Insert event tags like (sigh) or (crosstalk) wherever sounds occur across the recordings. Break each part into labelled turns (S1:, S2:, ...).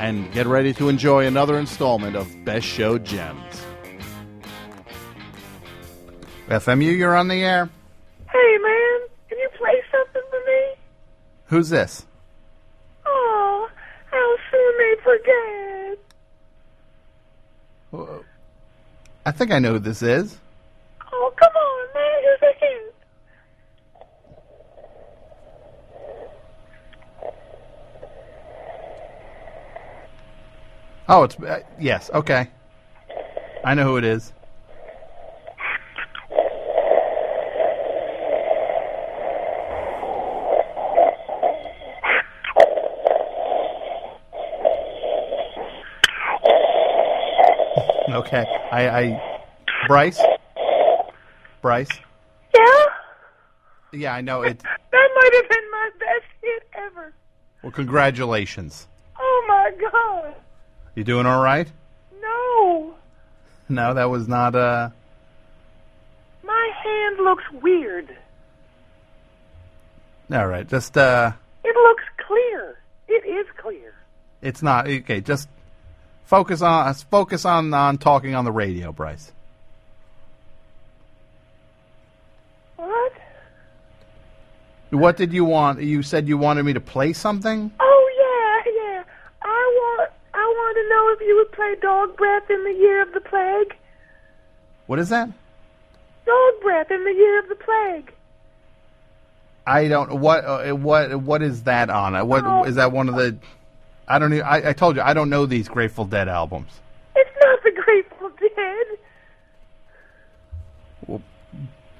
S1: and get ready to enjoy another installment of Best Show Gems. FMU, you're on the air.
S2: Hey, man, can you play something for me?
S1: Who's this?
S2: Oh, how soon they forget.
S1: Uh, I think I know who this is.
S2: Oh, come on, man, here's a hint.
S1: Oh, it's uh, yes. Okay, I know who it is. Okay, I, I Bryce, Bryce.
S2: Yeah?
S1: Yeah, I know it.
S2: That might have been my best hit ever.
S1: Well, congratulations.
S2: Oh, my God.
S1: You doing all right?
S2: No.
S1: No, that was not uh
S2: My hand looks weird.
S1: all right. Just uh
S2: It looks clear. It is clear.
S1: it's not okay, just focus on uh, focus on on talking on the radio, Bryce.
S2: What?
S1: What did you want? You said you wanted me to play something?
S2: Oh, yeah, yeah. I want, I want to know if you would play Dog Breath in the Year of the Plague.
S1: What is that?
S2: Dog Breath in the Year of the Plague.
S1: I don't what uh, what what is that on? Uh, What is
S2: Oh.
S1: that one of the I don't know. I, I told you I don't know these Grateful Dead albums.
S2: It's not the Grateful Dead.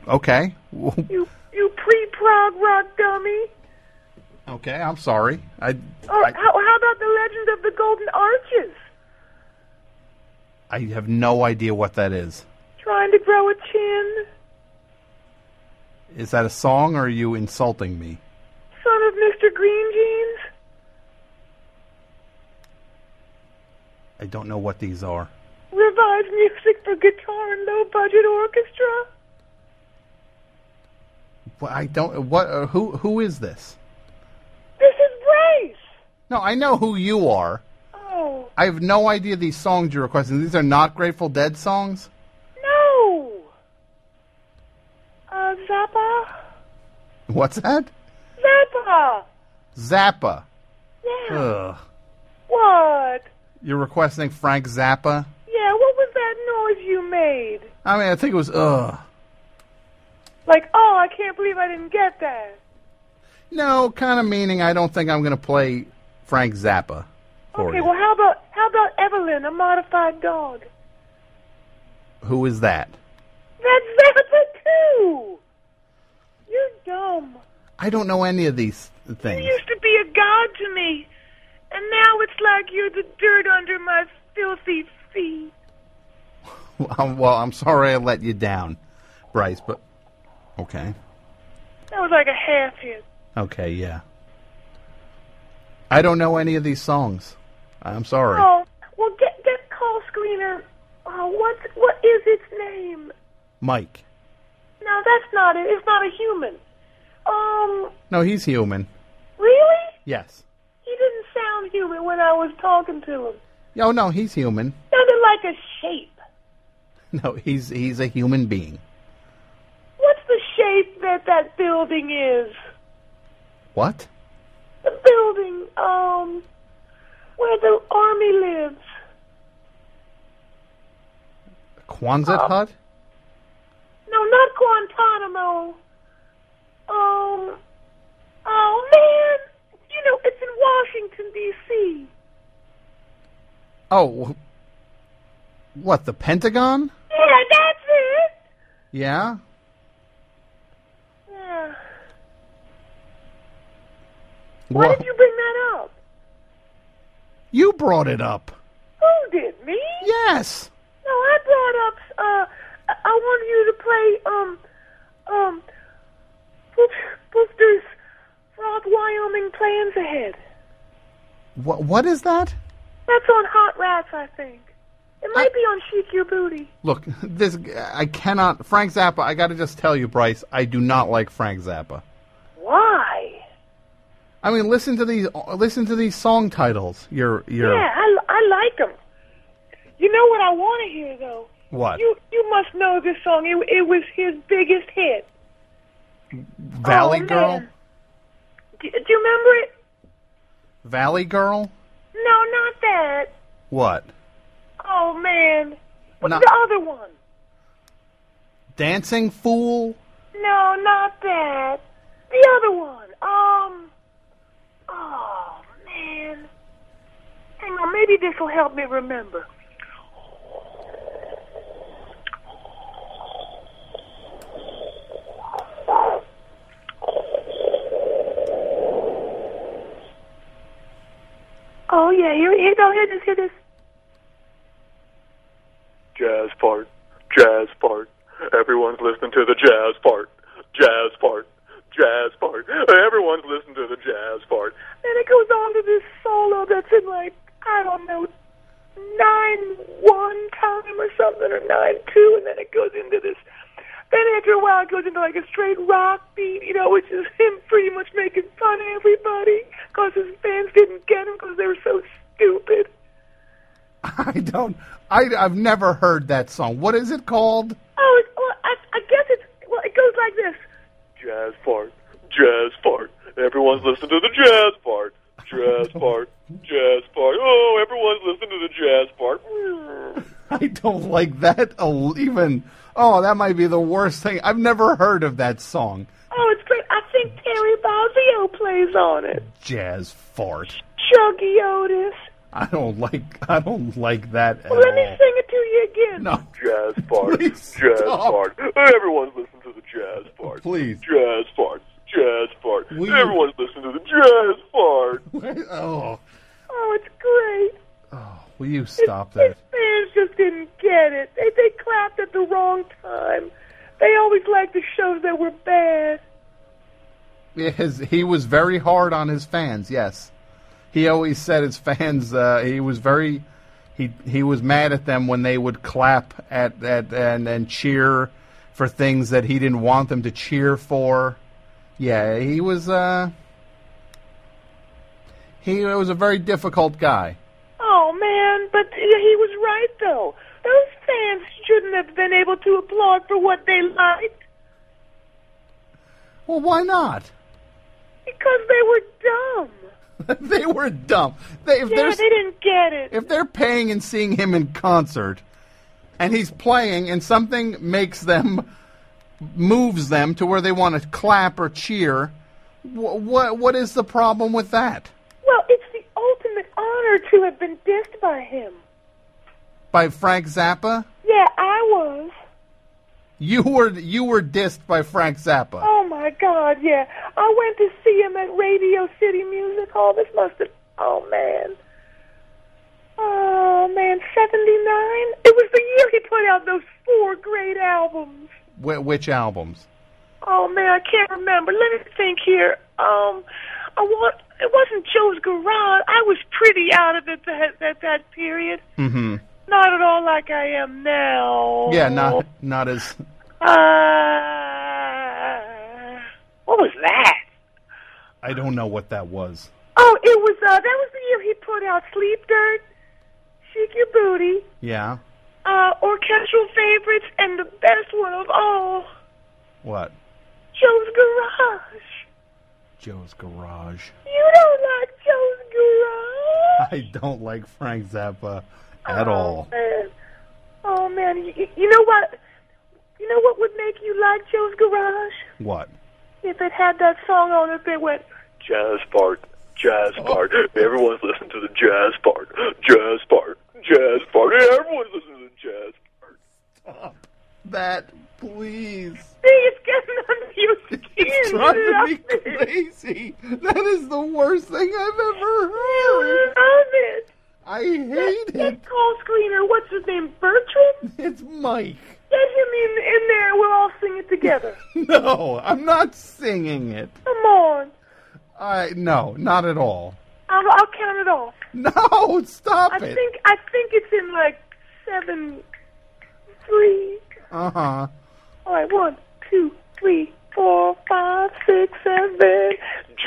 S1: Okay. (laughs)
S2: You, you pre-prog rock dummy.
S1: okay, I'm sorry. I
S2: Or
S1: I,
S2: how, how about the legend of the Golden Arches?
S1: I have no idea what that is.
S2: Trying to grow a chin,
S1: Is that a song or are you insulting me?
S2: son of Mr. Green Jeans.
S1: I don't know what these are.
S2: Revive music for guitar and low budget orchestra.
S1: Well, I don't. What? Uh, who? Who is this?
S2: This is Brace.
S1: No, I know who you are.
S2: Oh
S1: I have no idea these songs you're requesting. These are not Grateful Dead songs.
S2: no. Uh, Zappa.
S1: What's that?
S2: Zappa.
S1: Zappa.
S2: Yeah.
S1: Ugh.
S2: What?
S1: You're requesting Frank Zappa.
S2: Yeah. What was that noise you made?
S1: I mean, I think it was. Ugh.
S2: Like, oh, I can't believe I didn't get that.
S1: No, kind of meaning I don't think I'm going to play Frank Zappa for
S2: Okay.
S1: you.
S2: Well, how about how about Evelyn, a modified dog?
S1: Who is that?
S2: That's Zappa too. You're dumb.
S1: I don't know any of these things.
S2: You used to be a god to me, and now it's like you're the dirt under my filthy feet.
S1: Um, (laughs) well, I'm sorry I let you down, Bryce. But okay.
S2: That was like a half hit.
S1: Okay, yeah. I don't know any of these songs. I'm sorry.
S2: Oh, well, get get call screener. Oh, what what is its name?
S1: Mike.
S2: No, that's not it. It's not a human. Um,
S1: No, he's human.
S2: really?
S1: Yes.
S2: He didn't sound human when I was talking to him.
S1: Oh no, he's human. (laughs)
S2: Sounded like a shape.
S1: No, he's he's a human being.
S2: What's the shape that that building is?
S1: What?
S2: The building, um, where the army lives.
S1: Quonset
S2: Um,
S1: hut?
S2: No, not Guantanamo. Um, oh man, you know it's in Washington D.C.
S1: Oh. wh- What? The Pentagon?
S2: Yeah, that's it.
S1: Yeah.
S2: Yeah.
S1: Wha-
S2: Why did you bring that up?
S1: You brought it up.
S2: Who did me?
S1: Yes.
S2: No, I brought up. Uh, I- I wanted you to play. Um, um, whoop, whoop, there's Rob Wyoming plans ahead.
S1: What what is that?
S2: That's on Hot Rats, I think. It might be on Chic Your Booty.
S1: Look, (laughs) this I cannot Frank Zappa, I got to just tell you Bryce, I do not like Frank Zappa.
S2: Why?
S1: I mean, listen to these listen to these song titles. You're you're
S2: Yeah, I, I like them. You know what I want to hear though.
S1: What?
S2: You you must know this song. It, it was his biggest hit.
S1: Valley
S2: Oh,
S1: Girl?
S2: man. Do, do you remember it?
S1: Valley Girl?
S2: No, not that.
S1: What?
S2: Oh man,
S1: Not-
S2: the other one.
S1: Dancing Fool?
S2: No, not that. The other one. Um. Oh man. Hang on, maybe this will help me remember. Oh yeah, here, here, go, here, this, here, this.
S3: jazz part, jazz part. Everyone's listening to the jazz part, jazz part, jazz part. Everyone's listening to the jazz part.
S2: And it goes on to this solo that's in like, I don't know, nine one time or something, or nine two, and then it goes into this. Then after a while, it goes into like a straight rock beat, you know, which is (laughs) him pretty much making fun of everybody because his fans didn't get him because they were so stupid.
S1: (laughs) I don't I I've never heard that song. What is it called? (laughs)
S2: Oh, it's, well, I, I guess it's well, it goes like this.
S3: Jazz part, jazz part. Everyone's listening to the jazz part, jazz part, jazz part. Oh, everyone's listening to the jazz part.
S1: I don't like that al- even. Oh, that might be the worst thing. I've never heard of that song.
S2: Oh, it's great. I think Terry Bozzio plays on it.
S1: Jazz fart.
S2: Chuggy Otis.
S1: I don't like. I don't like that at
S2: Well, let me
S1: all.
S2: sing it to you again.
S1: No,
S3: Jazz part,
S1: Please
S3: jazz
S1: stop.
S3: part. Everyone's listening to the jazz part.
S1: please. (laughs)
S3: Jazz part, jazz part.
S1: Will you-
S3: Everyone's listening to the jazz part.
S1: Oh,
S2: Oh, it's great.
S1: will you stop that?
S2: Fans just didn't get it. They they clapped at the wrong time. They always liked the shows that were bad.
S1: His, he was very hard on his fans. Yes, he always said his fans. Uh, he was very. He he was mad at them when they would clap at at and and cheer for things that he didn't want them to cheer for. Yeah, he was. Uh, he was a very difficult guy.
S2: Oh man, but he was right though. Those fans shouldn't have been able to applaud for what they liked
S1: Well, why not? (laughs)
S2: because they were dumb.
S1: they were dumb. They, if
S2: Yeah,
S1: there's
S2: they didn't get it.
S1: if they're paying and seeing him in concert and he's playing and something makes them moves them to where they want to clap or cheer wh- what what is the problem with that
S2: well, it's the ultimate honor to have been dissed by him.
S1: by Frank Zappa
S2: Yeah, I was.
S1: you were you were dissed by Frank Zappa
S2: Oh my God, yeah. I went to see him at Radio City Music Hall. This must have, oh man. Oh man, 79? It was the year he put out those four great albums.
S1: Wh- which albums
S2: Oh man, I can't remember. Let me think here. Um, I want, it wasn't Joe's Garage. I was pretty out of it that, that, that period.
S1: mhm
S2: Not at all like I am now.
S1: yeah not not as
S2: Uh, what was that?
S1: I don't know what that was
S2: Oh, it was uh that was the year he put out Sleep Dirt, Shake Your Booty,
S1: yeah
S2: uh, Orchestral Favorites, and the best one of all,
S1: what
S2: Joe's Garage.
S1: Joe's garage (laughs)
S2: You don't like Joe's Garage
S1: I don't like Frank Zappa (laughs) at all
S2: Oh man, oh, man. Y- y- you know what? You know what would make you like Joe's Garage?
S1: what
S2: If it had that song on it that went,
S3: jazz part, jazz part. Everyone's listening to the jazz part, jazz part, jazz part. Everyone's listening to the jazz part.
S1: that please
S2: see, it's getting under your skin.
S1: (laughs) It's driving me
S2: Get it off it.
S1: crazy. That is the worst thing I've ever heard.
S2: Love it.
S1: I hate it.
S2: It calls his name Bertrand?
S1: It's Mike.
S2: Get him in, in there. We'll all sing it (laughs) together.
S1: No, I'm not singing it.
S2: Come on.
S1: I no, not at all.
S2: I'll, I'll count it off.
S1: No, stop
S2: I
S1: it.
S2: think I think it's in like seven, three.
S1: Uh huh.
S2: All right, one, two, three, four, five, six, seven.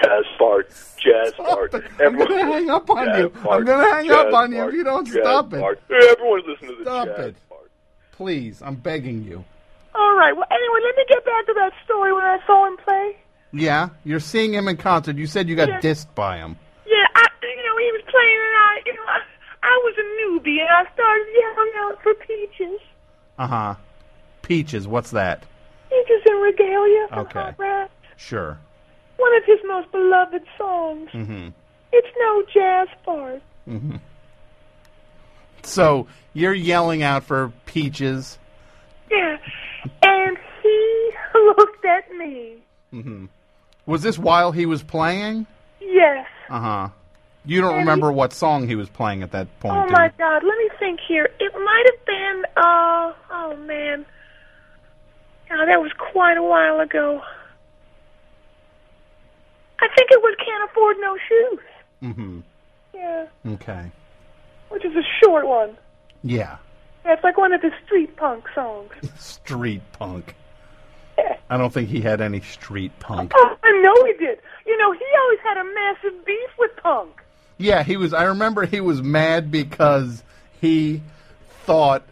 S3: Jazz fart. Jazz fart.
S1: (laughs) I'm gonna hang up on
S3: Jazz
S1: you.
S3: fart,
S1: I'm gonna hang
S3: jazz
S1: up on you if
S3: fart,
S1: you don't
S3: jazz
S1: stop it.
S3: fart. Everyone's listening to the
S1: Stop
S3: jazz
S1: it.
S3: fart.
S1: Please, I'm begging you.
S2: All right. Well, anyway, let me get back to that story when I saw him play.
S1: Yeah, you're seeing him in concert. You said you got
S2: Yeah.
S1: dissed by him.
S2: Yeah, I, you know, he was playing, and I, you know, I, I was a newbie, and I started yelling out for peaches,
S1: Uh huh. Peaches, what's that?
S2: peaches and regalia from
S1: Okay.
S2: Hot Rats,
S1: Sure.
S2: one of his most beloved songs.
S1: Mhm.
S2: It's no jazz fart.
S1: So you're yelling out for peaches.
S2: Yeah, and he (laughs) looked at me.
S1: Was this while he was playing?
S2: Yes.
S1: Uh huh. You don't
S2: he-
S1: remember what song he was playing at that point.
S2: Oh
S1: do
S2: my
S1: you?
S2: God! Let me think here. It might have been. Uh, oh man. Now that was quite a while ago. I think it was "Can't Afford No Shoes."
S1: Mhm.
S2: Yeah,
S1: Okay.
S2: which is a short one.
S1: Yeah. (laughs)
S2: Yeah, it's like one of the street punk songs. (laughs)
S1: Street punk.
S2: Yeah.
S1: I don't think he had any street punk.
S2: Oh, I know he did. You know, he always had a massive beef with punk.
S1: Yeah, he was. I remember he was mad because he thought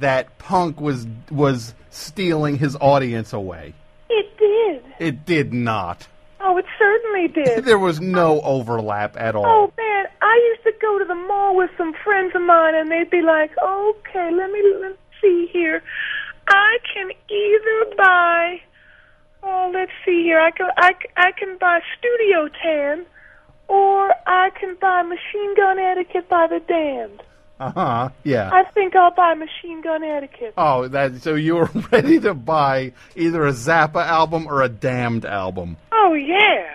S1: that punk was was stealing his audience away.
S2: It did.
S1: It did not.
S2: Oh, it certainly did.
S1: There was no overlap at all.
S2: Oh man, I used to go to the mall with some friends of mine, and they'd be like, "Okay, let me let me see here. I can either buy, oh, let's see here. I can I, c- I can buy Studio Tan, or I can buy Machine Gun Etiquette by the Damned.
S1: Uh huh. Yeah.
S2: I think I'll buy Machine Gun Etiquette.
S1: Oh, that so you were (laughs) ready to buy either a Zappa album or a Damned album.
S2: Oh yeah.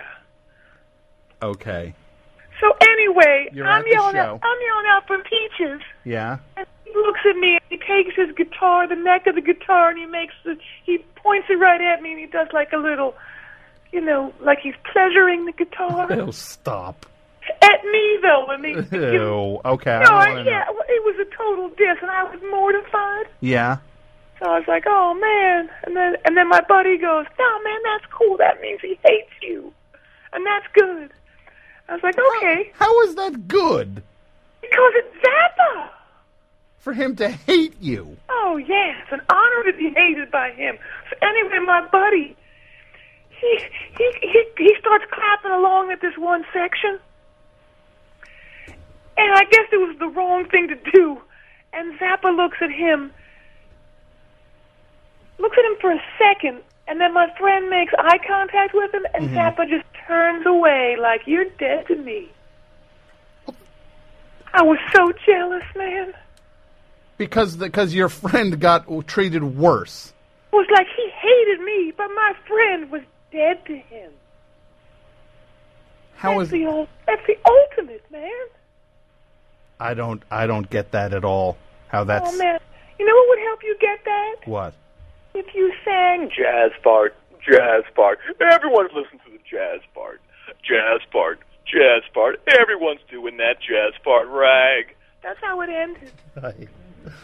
S1: Okay.
S2: So anyway,
S1: You're at
S2: I'm
S1: the
S2: yelling
S1: show.
S2: out, I'm yelling out for peaches.
S1: Yeah.
S2: And he looks at me and he takes his guitar, the neck of the guitar, and he makes the, he points it right at me and he does like a little, you know, like he's pleasuring
S1: (laughs)
S2: the guitar.
S1: Oh,
S2: (laughs)
S1: stop.
S2: at me though, when
S1: (laughs)
S2: they, no,
S1: Ew. Okay. I don't
S2: I,
S1: wanna know.
S2: yeah, well, it was a total diss, and I was mortified.
S1: Yeah.
S2: So I was like, oh man, and then and then my buddy goes, no man, that's cool. That means he hates you, and that's good. I was like, okay,
S1: How is that good
S2: because it's Zappa.
S1: for him to hate you?
S2: Oh, yeah, it's an honor to be hated by him. So anyway, my buddy, he he he, he starts clapping along at this one section, and I guess it was the wrong thing to do. And Zappa looks at him, looks at him for a second, and then my friend makes eye contact with him, and Zappa just turns away like you're dead to me. I was so jealous, man.
S1: Because because your friend got treated worse.
S2: was like he hated me, but my friend was dead to him.
S1: How
S2: that's
S1: is
S2: the ul- that's the ultimate, man. Oh,
S1: I don't I don't get that at all. How that's
S2: Oh man, you know what would help you get that
S1: what?
S2: if you sang
S3: Jazz fart. Jazz fart. Everyone's listening to the jazz fart. Jazz fart. Jazz fart. Everyone's doing that jazz fart rag.
S2: That's how it ended. Jazz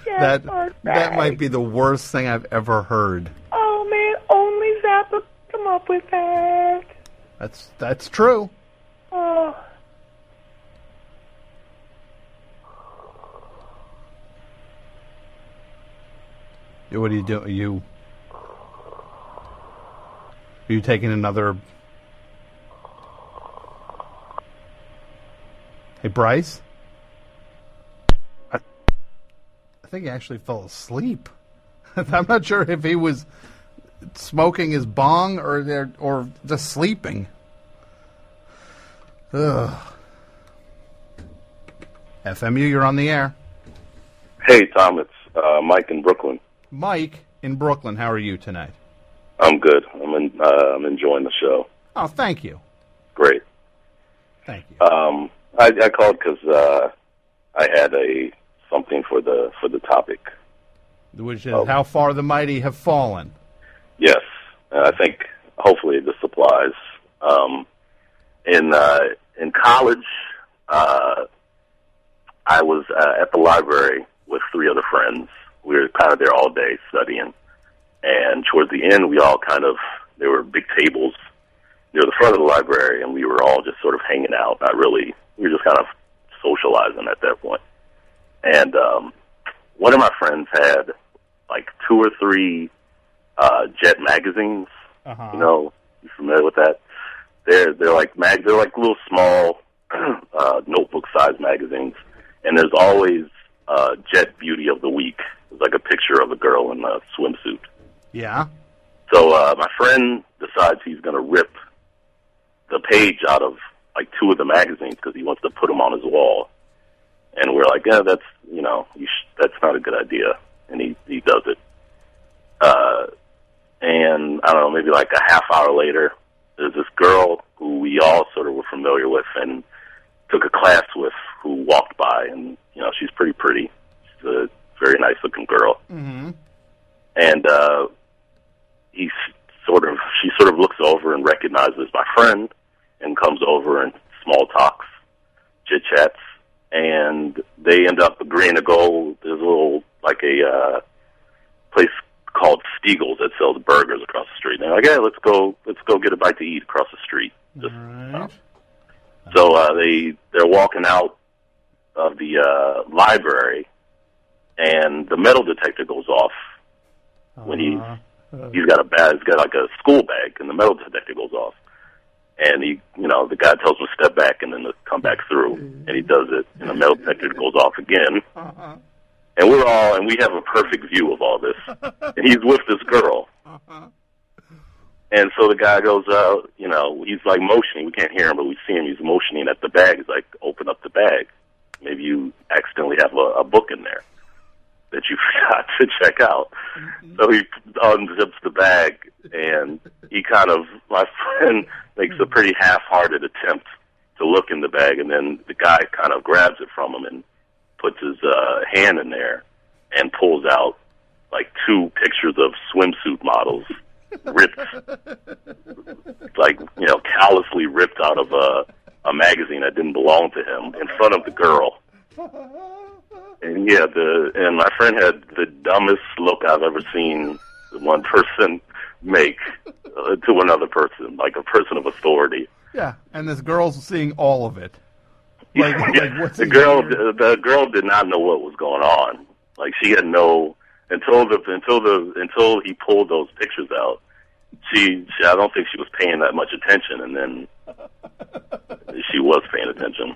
S1: That
S2: fart
S1: that
S2: rag.
S1: might be the worst thing I've ever heard.
S2: Oh man, only Zappa could come up with that.
S1: That's that's true.
S2: Oh,
S1: What are you doing? Are you are you taking another? Hey, Bryce. I, I think he actually fell asleep. (laughs) I'm not sure if he was smoking his bong or there or just sleeping. Ugh. FMU, you're on the air.
S4: Hey, Tom, it's uh, Mike in Brooklyn.
S1: Mike in Brooklyn, how are you tonight?
S4: I'm good. I'm in, uh, I'm enjoying the show.
S1: Oh, thank you.
S4: Great.
S1: Thank you.
S4: Um, I, I called because uh, I uh, had a something for the for the topic.
S5: which is
S4: oh.
S5: how far the mighty have fallen.
S4: Yes, and I think hopefully this applies. Um, in uh, in college, uh, I was uh, at the library with three other friends. We were kind of there all day studying, and towards the end, we all kind of there were big tables near the front of the library, and we were all just sort of hanging out. Not really, we were just kind of socializing at that point. And um, one of my friends had like two or three uh, Jet magazines.
S5: Uh-huh.
S4: You know, you familiar with that? They're they're like mag they're like little small (clears throat) uh, notebook sized magazines, and there's always uh, Jet Beauty of the Week. It's like a picture of a girl in a swimsuit.
S5: Yeah.
S4: So uh, my friend decides he's going to rip the page out of like two of the magazines because he wants to put them on his wall. And we're like, yeah, that's you know, you sh- that's not a good idea. And he he does it. Uh, and I don't know, maybe like a half hour later, there's this girl who we all sort of were familiar with and took a class with, who walked by, and you know, she's pretty pretty. She's a very nice looking girl. Mm-hmm. And uh, he s- sort of she sort of looks over and recognizes my friend and comes over and small talks chit chats and they end up agreeing to go there's a little like a uh place called Stiegel's that sells burgers across the street. And they're like, Hey, let's go let's go get a bite to eat across the street. Just
S5: Right.
S4: so uh, they they're walking out of the uh, library, and the metal detector goes off Uh, when he
S1: Uh-huh.
S4: he's got a bag, he's got like a school bag, and the metal detector goes off, and he you know the guy tells him to step back and then to come back through, and he does it, and the metal detector goes off again. And we're all, and we have a perfect view of all this. And he's with this girl. And so the guy goes, uh, you know, he's like motioning. We can't hear him, but we see him. He's motioning at the bag. He's like, open up the bag. Maybe you accidentally have a, a book in there that you (laughs) forgot to check out. So he unzips the bag, and he kind of, my (laughs) friend makes a pretty half-hearted attempt to look in the bag, and then the guy kind of grabs it from him and puts his uh, hand in there and pulls out like two pictures of swimsuit models ripped like you know callously ripped out of a a magazine that didn't belong to him in front of the girl.
S5: Uh,
S4: And yeah, the and my friend had the dumbest look I've ever seen one person make uh, to another person, like a person of authority.
S5: Yeah. And this girl's seeing all of it.
S4: (laughs)
S5: Like, like what's
S4: the
S5: he
S4: girl,
S5: doing?
S4: the, the girl did not know what was going on. Like she had no until the until the until he pulled those pictures out. She, she I don't think she was paying that much attention, and then
S5: (laughs)
S4: she was paying attention.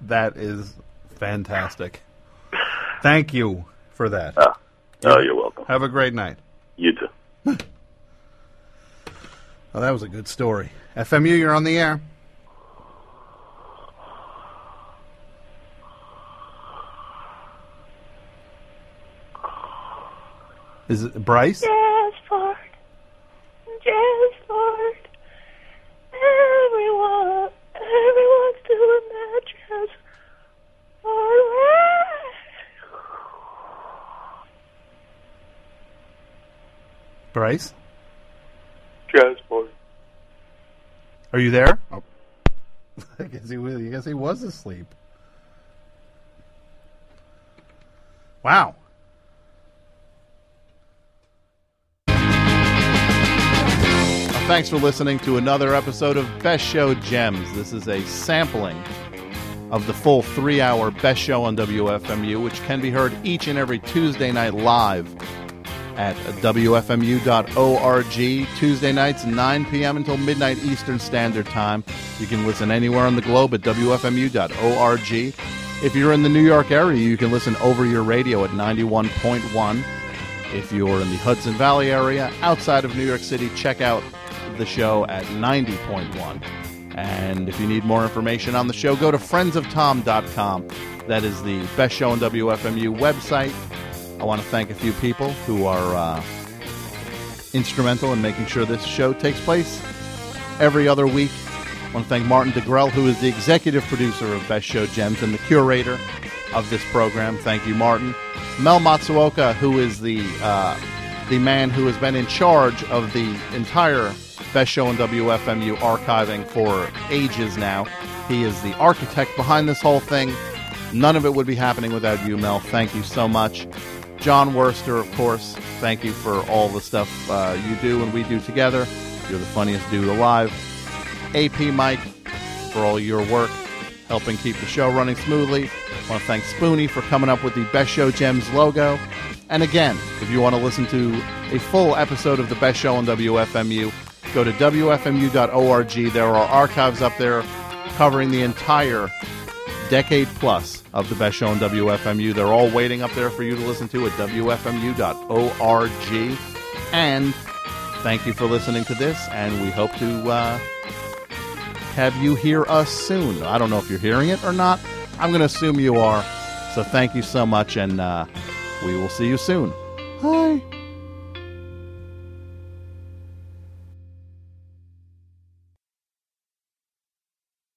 S5: That is fantastic. Thank you
S4: Uh,
S5: for that.
S4: Oh, you're welcome.
S5: Have a great night.
S4: You too.
S5: Oh, that was a good story. FMU, you're on the air. Is it Bryce?
S2: Jasper, Jasper, everyone, everyone's doing that jazz. All right.
S5: Bryce?
S3: Jazz party.
S5: Are you there?
S1: (laughs)
S5: Oh. I guess he was. I guess he was asleep. Wow.
S1: Well, Thanks for listening to another episode of Best Show Gems. This is a sampling of the full three hour Best Show on WFMU, which can be heard each and every Tuesday night live at WFMU.org. Tuesday nights, 9 p.m. until midnight Eastern Standard Time. You can listen anywhere on the globe at WFMU.org. If you're in the New York area, you can listen over your radio at 91.1. If you're in the Hudson Valley area outside of New York City, check out the show at 90.1. And if you need more information on the show, go to friendsoftom.com. That is the best show on WFMU website. I want to thank a few people who are uh, instrumental in making sure this show takes place every other week. I want to thank Martin DeGrell, who is the executive producer of Best Show Gems and the curator of this program. Thank you, Martin. Mel Matsuoka, who is the uh, the man who has been in charge of the entire Best Show on WFMU archiving for ages now. He is the architect behind this whole thing. None of it would be happening without you, Mel. Thank you so much. John Worster, of course, thank you for all the stuff uh, you do and we do together. You're the funniest dude alive. AP Mike for all your work helping keep the show running smoothly. I want to thank Spoonie for coming up with the Best Show Gems logo. And again, if you want to listen to a full episode of the Best Show on WFMU, go to WFMU.org. There are archives up there covering the entire decade plus of the best show on WFMU. They're all waiting up there for you to listen to at WFMU.org. And thank you for listening to this, and we hope to uh, have you hear us soon. I don't know if you're hearing it or not. I'm going to assume you are. So thank you so much, and uh, we will see you soon. Bye.